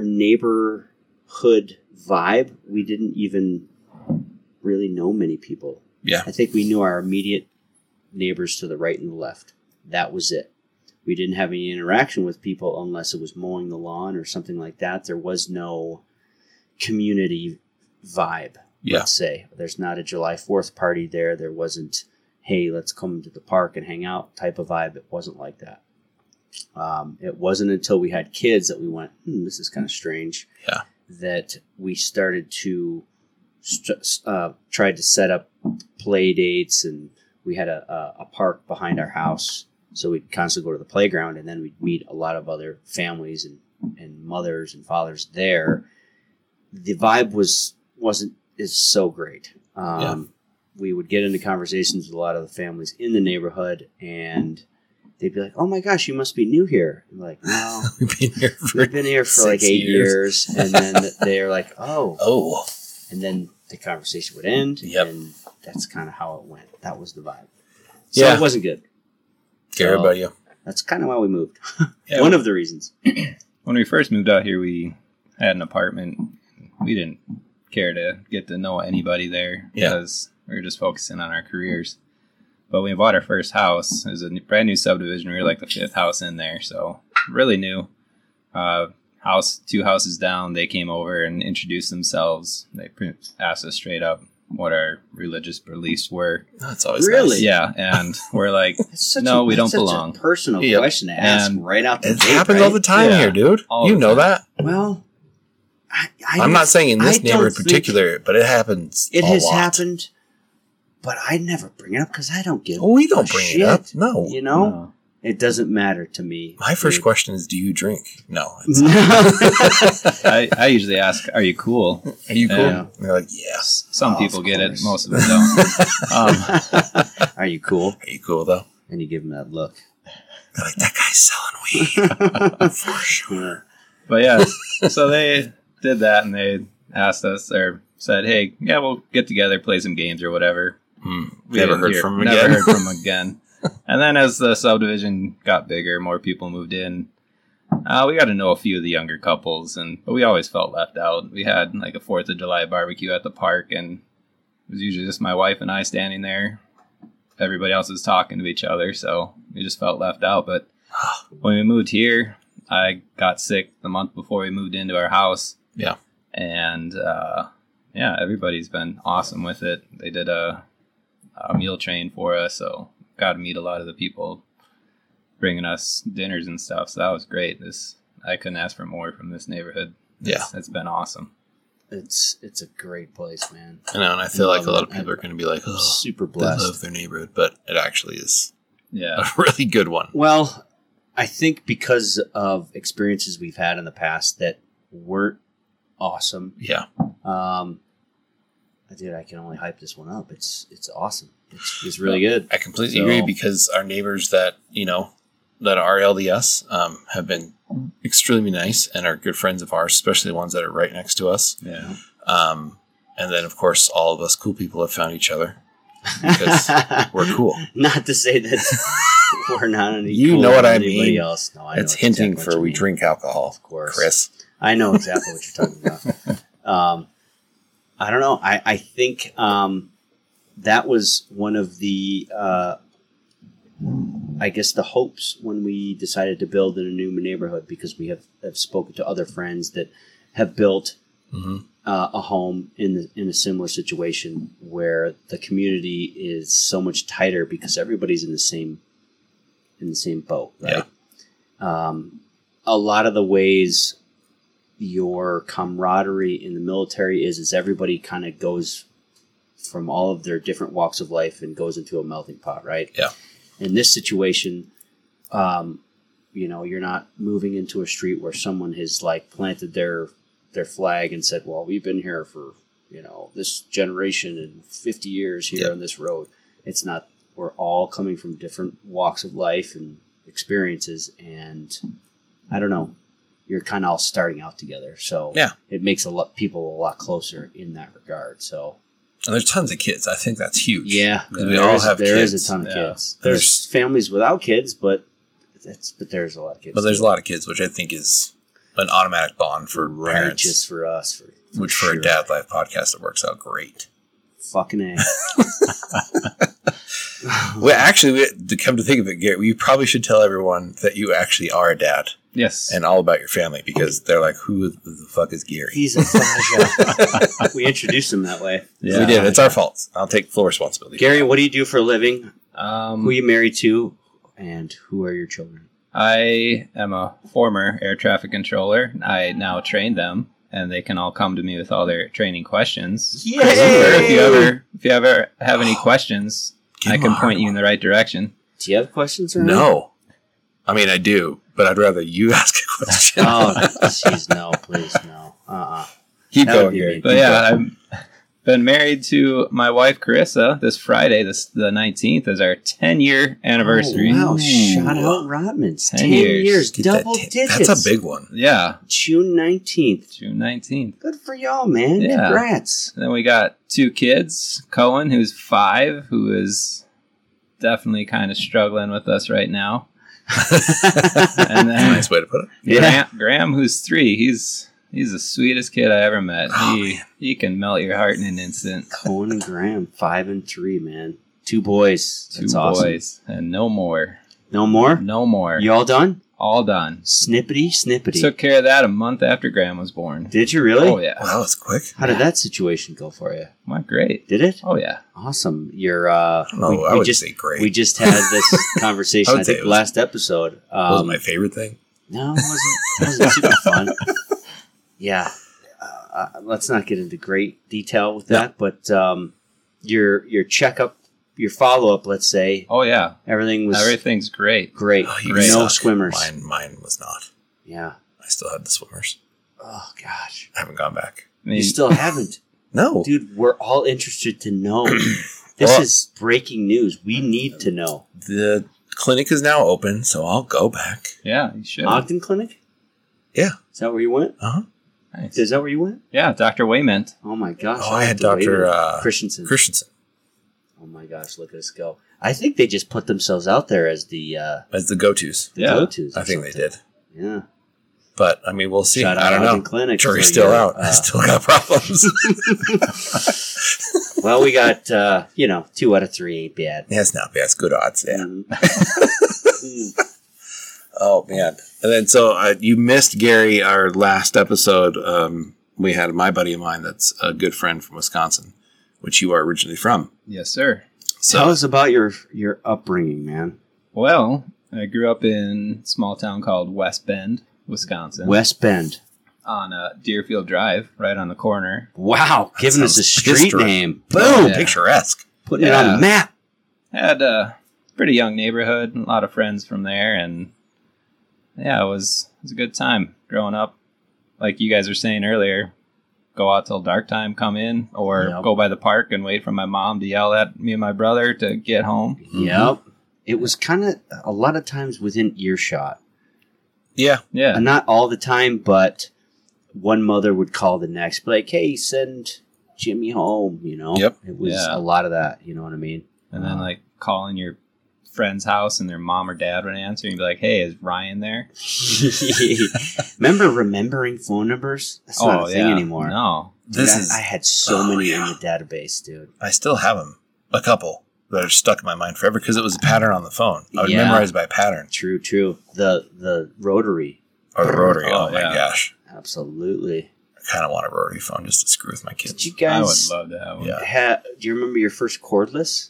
Speaker 1: neighborhood vibe, we didn't even really know many people.
Speaker 2: Yeah.
Speaker 1: I think we knew our immediate neighbors to the right and the left. That was it. We didn't have any interaction with people unless it was mowing the lawn or something like that. There was no community vibe,
Speaker 2: Yeah.
Speaker 1: let's say. There's not a July 4th party there. There wasn't, hey, let's come to the park and hang out type of vibe. It wasn't like that. Um, it wasn't until we had kids that we went, hmm, this is kind of strange.
Speaker 2: Yeah.
Speaker 1: That we started to st- uh, tried to set up play dates and we had a, a, a park behind our house so we'd constantly go to the playground and then we'd meet a lot of other families and, and mothers and fathers there the vibe was wasn't is so great um,
Speaker 2: Yeah.
Speaker 1: we would get into conversations with a lot of the families in the neighborhood and they'd be like oh my gosh you must be new here I'm like
Speaker 2: [laughs]
Speaker 1: no
Speaker 2: We've been here for,
Speaker 1: we've been here for like
Speaker 2: Six
Speaker 1: eight
Speaker 2: years."
Speaker 1: years
Speaker 2: [laughs]
Speaker 1: and then they're like oh
Speaker 2: oh,
Speaker 1: and then the conversation would end.
Speaker 2: Yep.
Speaker 1: And that's kind of how it went. That was the vibe. So
Speaker 2: Yeah.
Speaker 1: it wasn't good.
Speaker 2: care about you.
Speaker 1: That's kind of why we moved.
Speaker 2: Yeah.
Speaker 1: One of the reasons.
Speaker 3: When we first moved out here, we had an apartment. We didn't care to get to know anybody there
Speaker 2: Yeah.
Speaker 3: because we were just focusing on our careers. But when we bought our first house, it was a new- brand new subdivision. We were like the fifth house in there, so really new. Uh, house, two houses down, they came over and introduced themselves. They pre- asked us straight up what our religious beliefs were.
Speaker 2: That's always
Speaker 1: Really?
Speaker 2: nice.
Speaker 3: Yeah, and we're like,
Speaker 1: That's such
Speaker 3: No, we don't
Speaker 1: that's such
Speaker 3: belong.
Speaker 1: A personal
Speaker 2: Yep.
Speaker 1: question to ask
Speaker 3: And
Speaker 1: right out the
Speaker 2: It
Speaker 1: gate,
Speaker 2: happens
Speaker 1: right?
Speaker 2: all the time
Speaker 3: Yeah.
Speaker 2: here, dude.
Speaker 3: All
Speaker 2: you
Speaker 3: the
Speaker 2: know
Speaker 3: time.
Speaker 2: that.
Speaker 1: Well, I, I
Speaker 2: I'm
Speaker 1: don't-
Speaker 2: not saying in
Speaker 1: I
Speaker 2: this
Speaker 1: don't
Speaker 2: neighborhood in
Speaker 1: think-
Speaker 2: particular, but it happens.
Speaker 1: It
Speaker 2: a
Speaker 1: has
Speaker 2: lot.
Speaker 1: happened, but I never bring it up because I don't give.
Speaker 2: Oh, we don't
Speaker 1: a
Speaker 2: bring
Speaker 1: shit,
Speaker 2: it up. No.
Speaker 1: You know,
Speaker 3: "No."
Speaker 1: it doesn't matter to me.
Speaker 2: My first
Speaker 1: It-
Speaker 2: question is, do you drink? No.
Speaker 1: Mm-hmm. [laughs]
Speaker 2: It's,
Speaker 1: No.
Speaker 3: I, I usually ask, "Are you cool?"
Speaker 2: are you cool?
Speaker 3: Yeah.
Speaker 2: And they're like, yes.
Speaker 3: S- Some
Speaker 1: Oh,
Speaker 3: people
Speaker 1: of
Speaker 3: get it,
Speaker 1: course.
Speaker 3: most of them
Speaker 1: [laughs]
Speaker 3: don't. um,
Speaker 1: Are you cool?
Speaker 2: Are you cool though? [laughs]
Speaker 1: And you give him that look.
Speaker 2: They're like, that guy's selling weed for sure.
Speaker 1: Yeah.
Speaker 3: But yeah, so they did that and they asked us or said, "Hey, yeah, we'll get together, play some games or whatever."
Speaker 2: Mm,
Speaker 3: We
Speaker 2: never
Speaker 3: didn't
Speaker 2: heard
Speaker 3: hear-
Speaker 2: from him
Speaker 3: never
Speaker 2: again.
Speaker 3: heard from 'em again. And then as the subdivision got bigger, more people moved in. Uh, we got to know a few of the younger couples, and but we always felt left out. We had like a Fourth of July barbecue at the park, and it was usually just my wife and I standing there. Everybody else was talking to each other, so we just felt left out. But when we moved here, I got sick the month before we moved into our house.
Speaker 2: Yeah.
Speaker 3: and uh, yeah, everybody's been awesome with it. They did a, a meal train for us, so got to meet a lot of the people bringing us dinners and stuff. So that was great. This I couldn't ask for more from this neighborhood.
Speaker 2: Yeah.
Speaker 3: it's, it's been awesome.
Speaker 1: It's it's a great place, man.
Speaker 2: [laughs] I know, and I feel like a
Speaker 1: Love it.
Speaker 2: lot of people are going to be like,
Speaker 1: I'm
Speaker 2: "Oh,
Speaker 1: super
Speaker 2: they love
Speaker 1: blessed.
Speaker 2: their neighborhood," but it actually is
Speaker 3: Yeah,
Speaker 2: a [laughs] really good one.
Speaker 1: Well, I think because of experiences we've had in the past that weren't awesome.
Speaker 2: Yeah,
Speaker 1: Um, dude, I can only hype this one up. It's it's awesome. It's, it's really good.
Speaker 2: I completely
Speaker 1: So-
Speaker 2: agree because our neighbors that you know that are LDS um, have been extremely nice and are good friends of ours, especially the ones that are right next to us.
Speaker 3: yeah.
Speaker 2: Um, and then, of course, all of us cool people have found each other.
Speaker 1: [laughs]
Speaker 2: Because We're cool.
Speaker 1: Not to say that
Speaker 2: [laughs]
Speaker 1: we're not any.
Speaker 2: You
Speaker 1: cooler
Speaker 2: know what
Speaker 1: than
Speaker 2: I
Speaker 1: anybody
Speaker 2: mean.
Speaker 1: Else. No, I know
Speaker 2: It's
Speaker 1: exactly
Speaker 2: hinting
Speaker 1: what
Speaker 2: for
Speaker 1: you
Speaker 2: we
Speaker 1: mean.
Speaker 2: drink alcohol,
Speaker 1: Of course,
Speaker 2: Chris.
Speaker 1: I know exactly what you're talking about.
Speaker 2: [laughs]
Speaker 1: Um, I don't know. I, I think um, that was one of the, uh, I guess, the hopes when we decided to build in a new neighborhood because we have, have spoken to other friends that have built
Speaker 2: hmm
Speaker 1: uh, a home in the, in a similar situation where the community is so much tighter because everybody's in the same in the same boat, right? Um, a lot of the ways your camaraderie in the military is is everybody kind of goes from all of their different walks of life and goes into a melting pot, right?
Speaker 2: Yeah.
Speaker 1: In this situation, um, you know, you're not moving into a street where someone has like planted their their flag and said, "Well, we've been here for you know this generation and 50 years here
Speaker 2: Yep.
Speaker 1: on this road." It's not. We're all coming from different walks of life and experiences, and I don't know. You're kind of all starting out together, so
Speaker 2: Yeah.
Speaker 1: it makes a lot people a lot closer in that regard. So
Speaker 2: And there's tons of kids. I think that's huge.
Speaker 1: yeah,
Speaker 2: 'Cause we
Speaker 1: there
Speaker 2: all
Speaker 1: is-
Speaker 2: have
Speaker 1: there is
Speaker 2: kids.
Speaker 1: a ton of
Speaker 3: Yeah.
Speaker 1: kids.
Speaker 2: And
Speaker 1: There's families without kids, but that's but there's a lot of kids.
Speaker 2: But there's
Speaker 1: too.
Speaker 2: a lot of kids, which I think is an automatic bond for
Speaker 1: right
Speaker 2: parents,
Speaker 1: just for us for,
Speaker 2: which for
Speaker 1: sure.
Speaker 2: a dad life podcast, it works out great.
Speaker 1: fucking
Speaker 2: [laughs]
Speaker 1: a.
Speaker 2: Well, actually, we, to come to think of it, Garrett, we probably should tell everyone that you actually are a dad
Speaker 3: Yes.
Speaker 2: and all about your family because they're like, who the fuck is Gary?
Speaker 1: He's a Faja. we introduced him that way.
Speaker 3: yeah.
Speaker 2: We did. It's our fault. I'll take full responsibility.
Speaker 1: Gary, what do you do for a living?
Speaker 3: Um,
Speaker 1: Who
Speaker 2: Mm.
Speaker 1: are you married to? And who are your children?
Speaker 3: I am a former air traffic controller. I now train them, and they can all come to me with all their training questions.
Speaker 1: Yay!
Speaker 3: So If you ever, if you ever
Speaker 1: [gasps]
Speaker 3: have any questions,
Speaker 2: Give
Speaker 3: I
Speaker 2: him
Speaker 3: can
Speaker 2: a hard
Speaker 3: point you in the right direction.
Speaker 1: Do you have questions? Or
Speaker 2: No. I mean, I do, but I'd rather you [laughs] ask a question.
Speaker 1: Oh, jeez, no, please, no. Uh-uh.
Speaker 2: [laughs] Keep
Speaker 1: that would
Speaker 2: going,
Speaker 1: be
Speaker 2: Gary.
Speaker 1: me.
Speaker 3: But yeah, I've [laughs] been married to my wife Carissa. This Friday, this the nineteenth, is our ten year anniversary.
Speaker 1: Oh, wow, shout
Speaker 2: Ooh.
Speaker 1: out Rodman's.
Speaker 3: Ten
Speaker 1: 10
Speaker 3: years.
Speaker 1: years,
Speaker 2: Get that
Speaker 1: double
Speaker 2: ta-
Speaker 1: digits.
Speaker 2: That's a big one.
Speaker 3: Yeah,
Speaker 1: June 19th.
Speaker 3: June nineteenth.
Speaker 1: Good for y'all, man.
Speaker 3: Yeah.
Speaker 2: [laughs]
Speaker 1: Congrats.
Speaker 3: Then we got two kids, Cohen, who's five, who is definitely kind of struggling with us right now. And
Speaker 2: That's a
Speaker 3: then
Speaker 2: nice way to put it.
Speaker 1: [laughs] Yeah.
Speaker 3: Graham, Graham, who's three, he's he's the sweetest kid I ever met.
Speaker 2: Oh,
Speaker 3: he he can melt your heart in an instant.
Speaker 1: Cohen and Graham, five and three, man. Two boys.
Speaker 3: Two
Speaker 1: That's awesome.
Speaker 3: boys and no more,
Speaker 1: No more?
Speaker 3: no more.
Speaker 1: You all done?
Speaker 3: All done.
Speaker 1: Snippety, snippety.
Speaker 3: Took care of that a month after Graham was born.
Speaker 1: Did you really?
Speaker 3: Oh yeah,
Speaker 2: Wow, that was quick.
Speaker 1: How did that situation go for you?
Speaker 3: went great.
Speaker 1: Did it?
Speaker 3: Oh yeah,
Speaker 1: Awesome. You're. Uh,
Speaker 2: No, Oh, I would
Speaker 1: just
Speaker 2: say great.
Speaker 1: we just had this conversation.
Speaker 2: [laughs] I would
Speaker 1: I
Speaker 2: say
Speaker 1: think
Speaker 2: it was-
Speaker 1: last episode.
Speaker 2: that was
Speaker 1: Um,
Speaker 2: my favorite thing.
Speaker 1: no, it wasn't. It wasn't
Speaker 2: [laughs]
Speaker 1: super fun. Yeah. Uh, uh, let's not get into great detail with that, but um, your your checkup, your follow up, let's say
Speaker 3: oh yeah.
Speaker 1: everything was
Speaker 3: Everything's great.
Speaker 1: great.
Speaker 2: Oh, you
Speaker 1: no
Speaker 2: suck.
Speaker 1: swimmers.
Speaker 2: Mine, mine was not.
Speaker 1: Yeah.
Speaker 2: I still had the swimmers.
Speaker 1: Oh gosh.
Speaker 2: I haven't gone back.
Speaker 3: I mean,
Speaker 1: You still haven't.
Speaker 2: No.
Speaker 1: Dude, we're all interested to
Speaker 2: [clears throat]
Speaker 1: know. This
Speaker 2: Well-
Speaker 1: is breaking news. We need to know.
Speaker 2: The clinic is now open, so I'll go back.
Speaker 3: yeah, you should.
Speaker 1: Ogden Clinic?
Speaker 2: Yeah.
Speaker 1: Is that where you went?
Speaker 3: Nice.
Speaker 1: Is that where you went?
Speaker 3: Yeah, Dr. Waymond.
Speaker 1: Oh my gosh!
Speaker 2: Oh, I had
Speaker 1: to wait
Speaker 2: Doctor
Speaker 1: a-
Speaker 2: uh,
Speaker 1: Christensen.
Speaker 2: Christensen
Speaker 1: Oh my gosh! Look at us go. I think they just put themselves out there as the uh,
Speaker 2: as the go-to's.
Speaker 1: the
Speaker 3: Yeah,
Speaker 1: go-tos.
Speaker 2: I think they did,
Speaker 1: they did. Yeah.
Speaker 2: but I mean, we'll see.
Speaker 1: Shout out
Speaker 2: I don't
Speaker 1: Ogden
Speaker 2: know.
Speaker 1: Clinic.
Speaker 2: Jury's
Speaker 1: So
Speaker 2: still
Speaker 1: you're,
Speaker 2: out. I
Speaker 1: uh,
Speaker 2: [laughs] still got problems.
Speaker 1: well, we got uh, you know two out of three ain't bad.
Speaker 2: yeah, it's not bad. It's good odds. Yeah.
Speaker 1: Mhm. Mm.
Speaker 2: [laughs]
Speaker 1: [laughs]
Speaker 2: Oh man! And then so uh, you missed Gary our last episode. Um, we had my buddy of mine that's a good friend from Wisconsin, which you are originally from.
Speaker 3: Yes, sir.
Speaker 1: Tell
Speaker 2: So
Speaker 1: us about your your upbringing, man.
Speaker 3: Well, I grew up in a small town called West Bend, Wisconsin,
Speaker 1: West Bend.
Speaker 3: on uh, Deerfield Drive, right on the corner.
Speaker 1: Wow,
Speaker 2: That
Speaker 1: giving us a
Speaker 2: sounds
Speaker 1: street
Speaker 2: historic.
Speaker 1: name,
Speaker 2: boom,
Speaker 3: Yeah.
Speaker 2: picturesque.
Speaker 1: putting it on
Speaker 3: Yeah.
Speaker 1: the map.
Speaker 3: Had a pretty young neighborhood, a lot of friends from there, and yeah, it was it was a good time growing up. Like you guys were saying earlier, go out till dark time, come in, or
Speaker 1: Yep.
Speaker 3: go by the park and wait for my mom to yell at me and my brother to get home.
Speaker 1: Yep. It was kind of a lot of times within earshot.
Speaker 2: Yeah,
Speaker 3: Yeah,
Speaker 1: Not all the time, but one mother would call the next, be like, "Hey, send Jimmy home." You know.
Speaker 2: Yep.
Speaker 1: It was
Speaker 3: Yeah.
Speaker 1: a lot of that. You know what I mean? [laughs]
Speaker 3: and then like calling your friend's house and their mom or dad would answer and you'd be like, "Hey, is Ryan there?"
Speaker 1: Remember remembering phone numbers? That's not a thing anymore.
Speaker 3: Oh, No.
Speaker 1: Dude,
Speaker 2: this
Speaker 1: I,
Speaker 2: is.
Speaker 1: I
Speaker 2: I,
Speaker 1: had so
Speaker 2: Oh,
Speaker 1: many
Speaker 2: yeah.
Speaker 1: in the database, dude.
Speaker 2: still have them. A couple that are stuck in my mind forever because it was a pattern on the phone. I would
Speaker 1: Yeah.
Speaker 2: memorize by pattern
Speaker 1: True, true. The the rotary,
Speaker 2: or the rotary. Oh,
Speaker 3: Oh,
Speaker 2: my
Speaker 3: yeah.
Speaker 2: gosh!
Speaker 1: absolutely.
Speaker 2: I kind of want a rotary phone just to screw with my
Speaker 1: Did
Speaker 2: kids.
Speaker 1: you
Speaker 3: I would
Speaker 1: guys
Speaker 3: love to have one.
Speaker 2: Yeah.
Speaker 1: ha- Do you remember your first cordless?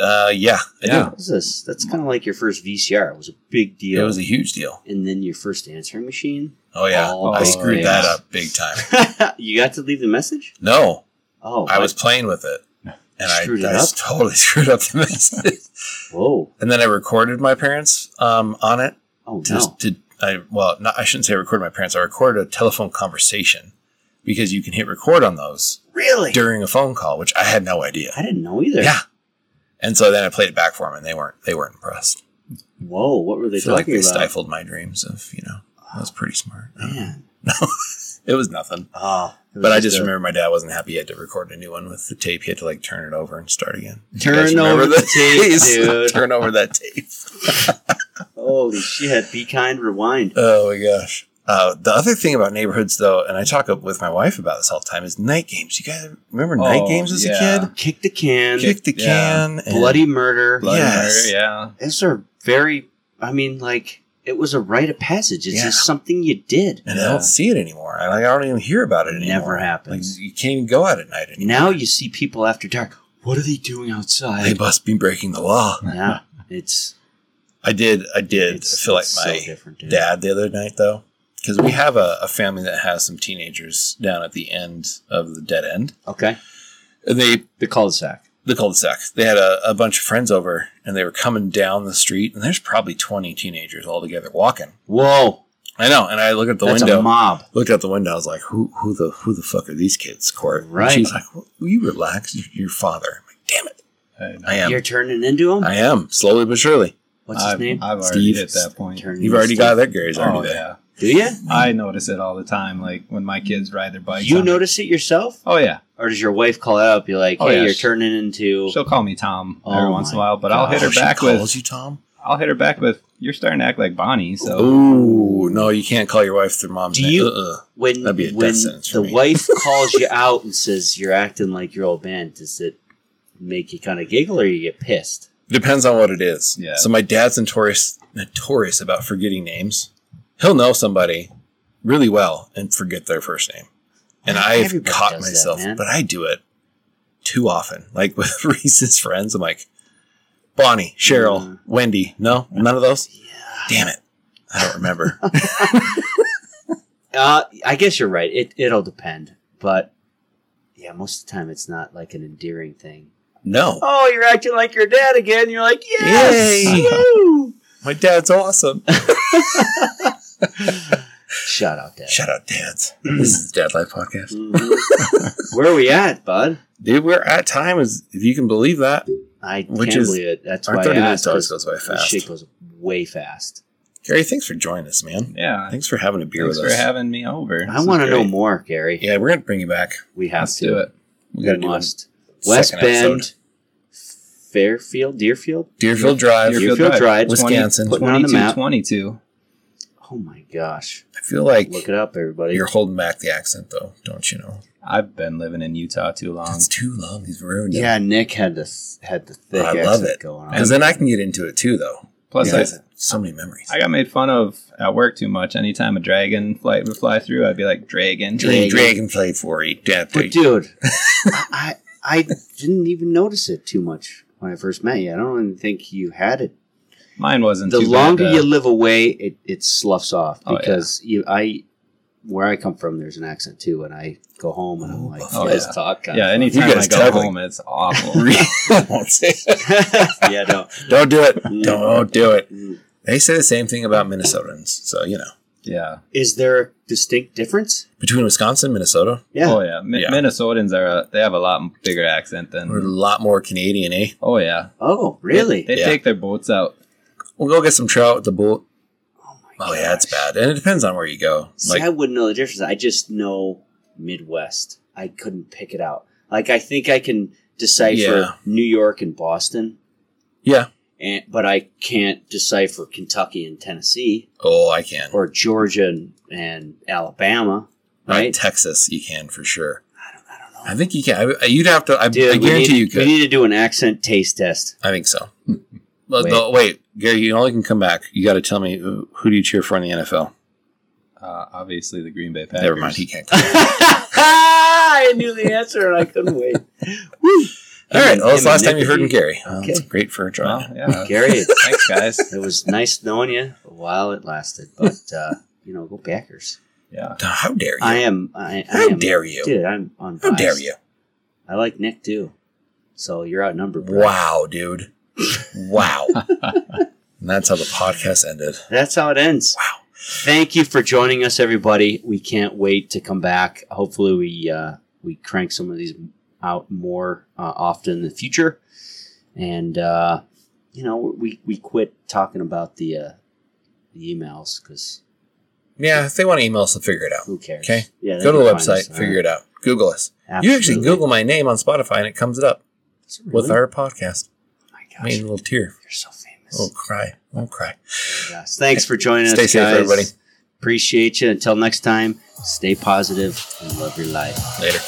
Speaker 2: Uh, yeah, I do.
Speaker 3: Yeah.
Speaker 1: What was this? That's kind of like your first VCR. It was a big deal.
Speaker 2: It was a huge deal.
Speaker 1: and then your first answering machine. [laughs]
Speaker 2: Oh yeah,
Speaker 1: All
Speaker 2: I
Speaker 3: the
Speaker 2: screwed
Speaker 3: things.
Speaker 2: that up big time.
Speaker 1: you got to leave the message.
Speaker 2: No,
Speaker 1: Oh,
Speaker 2: I was playing with it, and I,
Speaker 1: Screwed it
Speaker 2: I
Speaker 1: up?
Speaker 2: totally [laughs] screwed up the message.
Speaker 1: Whoa!
Speaker 2: and then I recorded my parents um, on it.
Speaker 1: Oh
Speaker 2: To,
Speaker 1: no!
Speaker 2: to I well, not, I shouldn't say I recorded my parents. I recorded a telephone conversation because you can hit record on those
Speaker 1: Really?
Speaker 2: during a phone call, which I had no idea.
Speaker 1: I didn't know either.
Speaker 2: Yeah. And so then I played it back for them, and they weren't they weren't impressed.
Speaker 1: Whoa! What were they
Speaker 2: I feel like
Speaker 1: talking
Speaker 2: they
Speaker 1: about? Oh,
Speaker 2: stifled my dreams of you know I was pretty smart.
Speaker 1: Man.
Speaker 2: It was nothing.
Speaker 1: Oh, it was
Speaker 2: But I just
Speaker 1: a-
Speaker 2: remember my dad wasn't happy. He had to record a new one with the tape. He had to like turn it over and start again. You guys
Speaker 1: Turn
Speaker 2: remember
Speaker 1: over the
Speaker 2: that? [laughs]
Speaker 1: tape,
Speaker 2: Please,
Speaker 1: dude.
Speaker 2: turn over that tape.
Speaker 1: Holy shit! Be kind. Rewind.
Speaker 2: Oh my gosh. Uh, the other thing about neighborhoods, though, and I talk up with my wife about this all the time, is night games. You guys remember night
Speaker 3: Oh,
Speaker 2: games as
Speaker 3: yeah.
Speaker 2: a kid?
Speaker 1: Kick the can.
Speaker 2: Kick the
Speaker 3: yeah.
Speaker 2: can, and
Speaker 1: bloody murder.
Speaker 3: Blood
Speaker 2: Yes.
Speaker 3: yes. yeah.
Speaker 1: These are very. I mean, like it was a rite of passage. It's
Speaker 2: Yeah.
Speaker 1: just something you did.
Speaker 2: and I
Speaker 3: Yeah.
Speaker 2: don't see it anymore. And I don't even hear about it anymore.
Speaker 1: Never happens.
Speaker 2: Like you can't even go out at night anymore.
Speaker 1: Now you see people after dark. What are they doing
Speaker 2: They
Speaker 1: outside?
Speaker 2: must be breaking the law.
Speaker 1: yeah, it's.
Speaker 2: I did. I did.
Speaker 1: it's,
Speaker 2: I feel like
Speaker 1: it's
Speaker 2: my
Speaker 1: so different, dude.
Speaker 2: dad the other night though because we have a, a family that has some teenagers down at the end of the dead end
Speaker 1: Okay,
Speaker 2: and they
Speaker 1: the cul-de-sac.
Speaker 2: the cul-de-sac they had a, a bunch of friends over and they were coming down the street and there's probably 20 teenagers all together walking
Speaker 1: Whoa,
Speaker 2: i know and i look at the
Speaker 1: that's
Speaker 2: window
Speaker 1: a mob.
Speaker 2: looked out the window i was like who who the who the fuck are these kids court And
Speaker 1: Right.
Speaker 2: she's like well, will you relax your, your father i'm like damn it i am
Speaker 1: You're turning into him.
Speaker 2: i am slowly but surely
Speaker 1: What's his
Speaker 3: I've,
Speaker 1: name?
Speaker 3: I've already
Speaker 2: Steve.
Speaker 3: hit that point.
Speaker 1: Turning
Speaker 2: you've already
Speaker 1: into-
Speaker 2: got that gary's already
Speaker 3: oh,
Speaker 2: there
Speaker 3: yeah.
Speaker 1: Do you?
Speaker 3: I notice it all the time. Like when my kids ride their bikes.
Speaker 1: You
Speaker 3: I'm like,
Speaker 1: notice it yourself,
Speaker 3: Oh, yeah.
Speaker 1: or does your wife call out? Be like, "Hey,
Speaker 3: Oh, yeah,
Speaker 1: you're
Speaker 3: she-
Speaker 1: turning into."
Speaker 3: She'll call me Tom every
Speaker 1: Oh
Speaker 3: once in a
Speaker 1: my
Speaker 3: while, but I'll hit
Speaker 2: Oh,
Speaker 3: her
Speaker 2: she
Speaker 3: back
Speaker 2: calls
Speaker 3: with.
Speaker 2: you tom
Speaker 3: I'll hit her back with. You're starting to act like Bonnie. So
Speaker 2: Oh no, you can't call your wife their mom's
Speaker 1: Do
Speaker 2: name.
Speaker 1: you-
Speaker 2: Uh-uh.
Speaker 1: when
Speaker 2: That'd be a death
Speaker 1: when
Speaker 2: sentence for
Speaker 1: the
Speaker 2: me. [laughs]
Speaker 1: wife calls you out and says you're acting like your old man, does it make you kind of giggle or you get pissed?
Speaker 2: Depends on what it is.
Speaker 3: Yeah.
Speaker 2: So my dad's notorious notorious about forgetting names. He'll know somebody really well and forget their first name. And I've
Speaker 1: Everybody
Speaker 2: caught
Speaker 1: does that,
Speaker 2: myself,
Speaker 1: man.
Speaker 2: but I do it too often. Like [laughs] with Reese's friends, I'm like, Bonnie, Cheryl,
Speaker 1: Mm.
Speaker 2: Wendy. No, none of those.
Speaker 1: Yeah.
Speaker 2: Damn it, I don't remember.
Speaker 1: [laughs] Uh, I guess you're right. It it'll depend, but yeah, most of the time it's not like an endearing thing.
Speaker 2: no,
Speaker 1: Oh, you're acting like your dad again. You're like, yes,
Speaker 2: Yay.
Speaker 1: woo."
Speaker 2: my dad's awesome.
Speaker 1: Shout out, dad.
Speaker 2: Shout out, dads. this is Dad Life Podcast.
Speaker 1: Mhm.
Speaker 2: [laughs]
Speaker 1: Where are we at, bud?
Speaker 2: Dude, we're at time is if you can believe that.
Speaker 1: I
Speaker 2: Which
Speaker 1: can't
Speaker 2: is-
Speaker 1: believe it. That's
Speaker 2: Our
Speaker 1: why I
Speaker 2: thirty minutes
Speaker 1: asked.
Speaker 2: always
Speaker 1: 'cause
Speaker 2: goes by
Speaker 1: This shit
Speaker 2: fast.
Speaker 1: goes way fast.
Speaker 2: Gary, thanks for joining us, man.
Speaker 3: Yeah.
Speaker 2: Thanks for having a beer
Speaker 3: Thanks
Speaker 2: with
Speaker 3: for
Speaker 2: us.
Speaker 3: having me over.
Speaker 1: I
Speaker 3: This is
Speaker 1: want to know
Speaker 3: great.
Speaker 1: more, Gary.
Speaker 2: yeah, we're gonna bring you back.
Speaker 1: We have
Speaker 3: Let's
Speaker 1: to.
Speaker 3: do it.
Speaker 2: We
Speaker 1: We
Speaker 2: gotta do a
Speaker 1: must. West
Speaker 2: second
Speaker 1: Bend,
Speaker 2: episode.
Speaker 1: Fairfield, Deerfield,
Speaker 2: Deerfield Drive.
Speaker 1: Deerfield Drive,
Speaker 2: Wisconsin.
Speaker 1: Putting it on the map.
Speaker 3: 22.
Speaker 1: Oh my gosh!
Speaker 2: I feel like
Speaker 1: Look it up, everybody.
Speaker 2: you're holding back the accent, though, don't you know?
Speaker 3: I've been living in Utah too long.
Speaker 2: That's too long. He's ruined it.
Speaker 1: yeah, Nick had the had the thick
Speaker 2: I
Speaker 1: accent
Speaker 2: love it.
Speaker 1: going on.
Speaker 2: Because then I can get into it too, though.
Speaker 3: Plus,
Speaker 2: Yeah.
Speaker 3: I,
Speaker 2: So many memories.
Speaker 3: I got made fun of at work too much. Anytime a dragon flight would fly through, I'd be like, Dragon.
Speaker 1: Dra-
Speaker 2: Dragon,
Speaker 1: Dragon.
Speaker 2: play for you. Yeah,
Speaker 1: But
Speaker 2: [laughs]
Speaker 3: [laughs]
Speaker 1: dude, I I didn't even notice it too much when I first met you. I don't even think you had it.
Speaker 3: Mine wasn't
Speaker 1: The
Speaker 3: too
Speaker 1: longer
Speaker 3: bad,
Speaker 1: you
Speaker 2: uh,
Speaker 3: though.
Speaker 1: live away, it, it sloughs off
Speaker 3: Oh, yeah.
Speaker 1: because you I where I come from, there's an accent too, and I go home and I'm like,
Speaker 2: Oh,
Speaker 1: this
Speaker 3: yeah.
Speaker 1: talk kind
Speaker 3: Yeah,
Speaker 1: of
Speaker 3: anytime
Speaker 2: You guys
Speaker 3: I go
Speaker 2: totally-
Speaker 3: home, it's
Speaker 1: [laughs]
Speaker 3: awful.
Speaker 2: Don't say it.
Speaker 1: fun. yeah, no.
Speaker 2: Don't do it.
Speaker 1: Mm.
Speaker 2: Don't do it.
Speaker 1: Mm.
Speaker 2: They say the same thing about Minnesotans. So, you know,
Speaker 3: yeah.
Speaker 1: [laughs] Is there a distinct difference?
Speaker 2: between Wisconsin and Minnesota,
Speaker 1: Yeah.
Speaker 3: Oh, yeah. Mi-
Speaker 2: Yeah.
Speaker 3: Minnesotans are, a, they have a lot bigger accent
Speaker 2: we're a
Speaker 3: than.
Speaker 2: lot more Canadian, eh?
Speaker 3: Oh, yeah.
Speaker 1: Oh, really?
Speaker 3: They
Speaker 2: Yeah.
Speaker 3: take their boats out.
Speaker 2: We'll go get some trout with the boat.
Speaker 1: oh, my
Speaker 2: Oh, yeah, it's
Speaker 1: gosh.
Speaker 2: bad. And it depends on where you go.
Speaker 1: See,
Speaker 2: Like,
Speaker 1: I wouldn't know the difference. I just know Midwest. I couldn't pick it out. Like I think I can decipher
Speaker 2: Yeah.
Speaker 1: New York and Boston,
Speaker 2: yeah.
Speaker 1: and but I can't decipher Kentucky and Tennessee
Speaker 2: Oh, I can.
Speaker 1: or Georgia and, and Alabama.
Speaker 2: Right?
Speaker 1: Right?
Speaker 2: Texas, you can for sure.
Speaker 1: I don't, I don't know.
Speaker 2: I think you can. I, you'd have to, I,
Speaker 1: Dude, we
Speaker 2: I guarantee
Speaker 1: need,
Speaker 2: you could.
Speaker 1: We need to do an accent taste
Speaker 2: [laughs]
Speaker 1: test.
Speaker 2: I
Speaker 1: [laughs]
Speaker 2: think so. But
Speaker 1: Wait.
Speaker 2: wait. wait, Gary, you only can come back. You got to tell me who, who do you cheer for in the NFL?
Speaker 3: Uh, obviously, the Green Bay Packers.
Speaker 2: Never mind,
Speaker 1: [laughs]
Speaker 2: he can't.
Speaker 1: I knew the answer and I couldn't wait. Woo.
Speaker 2: All right, well, that's
Speaker 1: Him
Speaker 2: the last
Speaker 1: and
Speaker 2: time you heard from
Speaker 1: Nick
Speaker 2: Gary. Well, that's
Speaker 1: Okay.
Speaker 2: great for a
Speaker 3: Well,
Speaker 2: draw.
Speaker 1: [laughs]
Speaker 3: yeah.
Speaker 2: [laughs]
Speaker 1: Gary,
Speaker 3: Thanks, guys.
Speaker 1: it was nice knowing you while it lasted, but uh, you know, go Packers.
Speaker 3: Yeah.
Speaker 2: How dare you?
Speaker 1: I am. I, I
Speaker 2: How
Speaker 1: am,
Speaker 2: dare you?
Speaker 1: dude? I'm on.
Speaker 2: How dare you?
Speaker 1: I like Nick too. So you're outnumbered. bro.
Speaker 2: Wow, dude. Wow. and that's how the podcast ended.
Speaker 1: That's how it ends.
Speaker 2: Wow.
Speaker 1: Thank you for joining us, everybody. We can't wait to come back. Hopefully, we uh, we crank some of these out more uh, often in the future. And uh, you know, we we quit talking about the uh, the emails because
Speaker 2: Yeah, if they want to email us, they'll figure it out.
Speaker 1: who cares?
Speaker 2: Okay.
Speaker 1: Yeah.
Speaker 2: Go to the website,
Speaker 1: uh,
Speaker 2: figure it out. Google us. You actually Google my name on Spotify and it comes up with our podcast.
Speaker 1: Oh my
Speaker 2: I
Speaker 1: gosh,
Speaker 2: made a
Speaker 1: you're
Speaker 2: little tear.
Speaker 1: so famous.
Speaker 2: Oh, cry. Oh, cry.
Speaker 1: Yes. Thanks for joining
Speaker 2: Stay
Speaker 1: us.
Speaker 2: safe,
Speaker 1: guys.
Speaker 2: everybody.
Speaker 1: Appreciate you. Until next time, stay positive and love your life.
Speaker 2: Later.